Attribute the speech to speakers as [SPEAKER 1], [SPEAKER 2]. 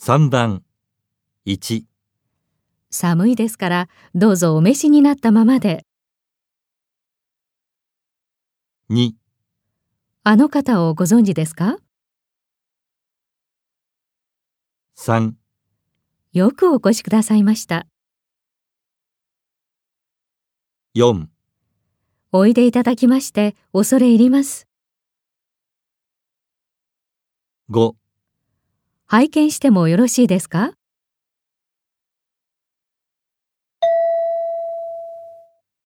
[SPEAKER 1] 3番1
[SPEAKER 2] 寒いですからどうぞお召しになったままで
[SPEAKER 1] 2
[SPEAKER 2] あの方をご存知ですか
[SPEAKER 1] 3
[SPEAKER 2] よくお越しくださいました
[SPEAKER 1] 4
[SPEAKER 2] おいでいただきまして恐れ入ります
[SPEAKER 1] 5
[SPEAKER 2] 拝見してもよろしいですか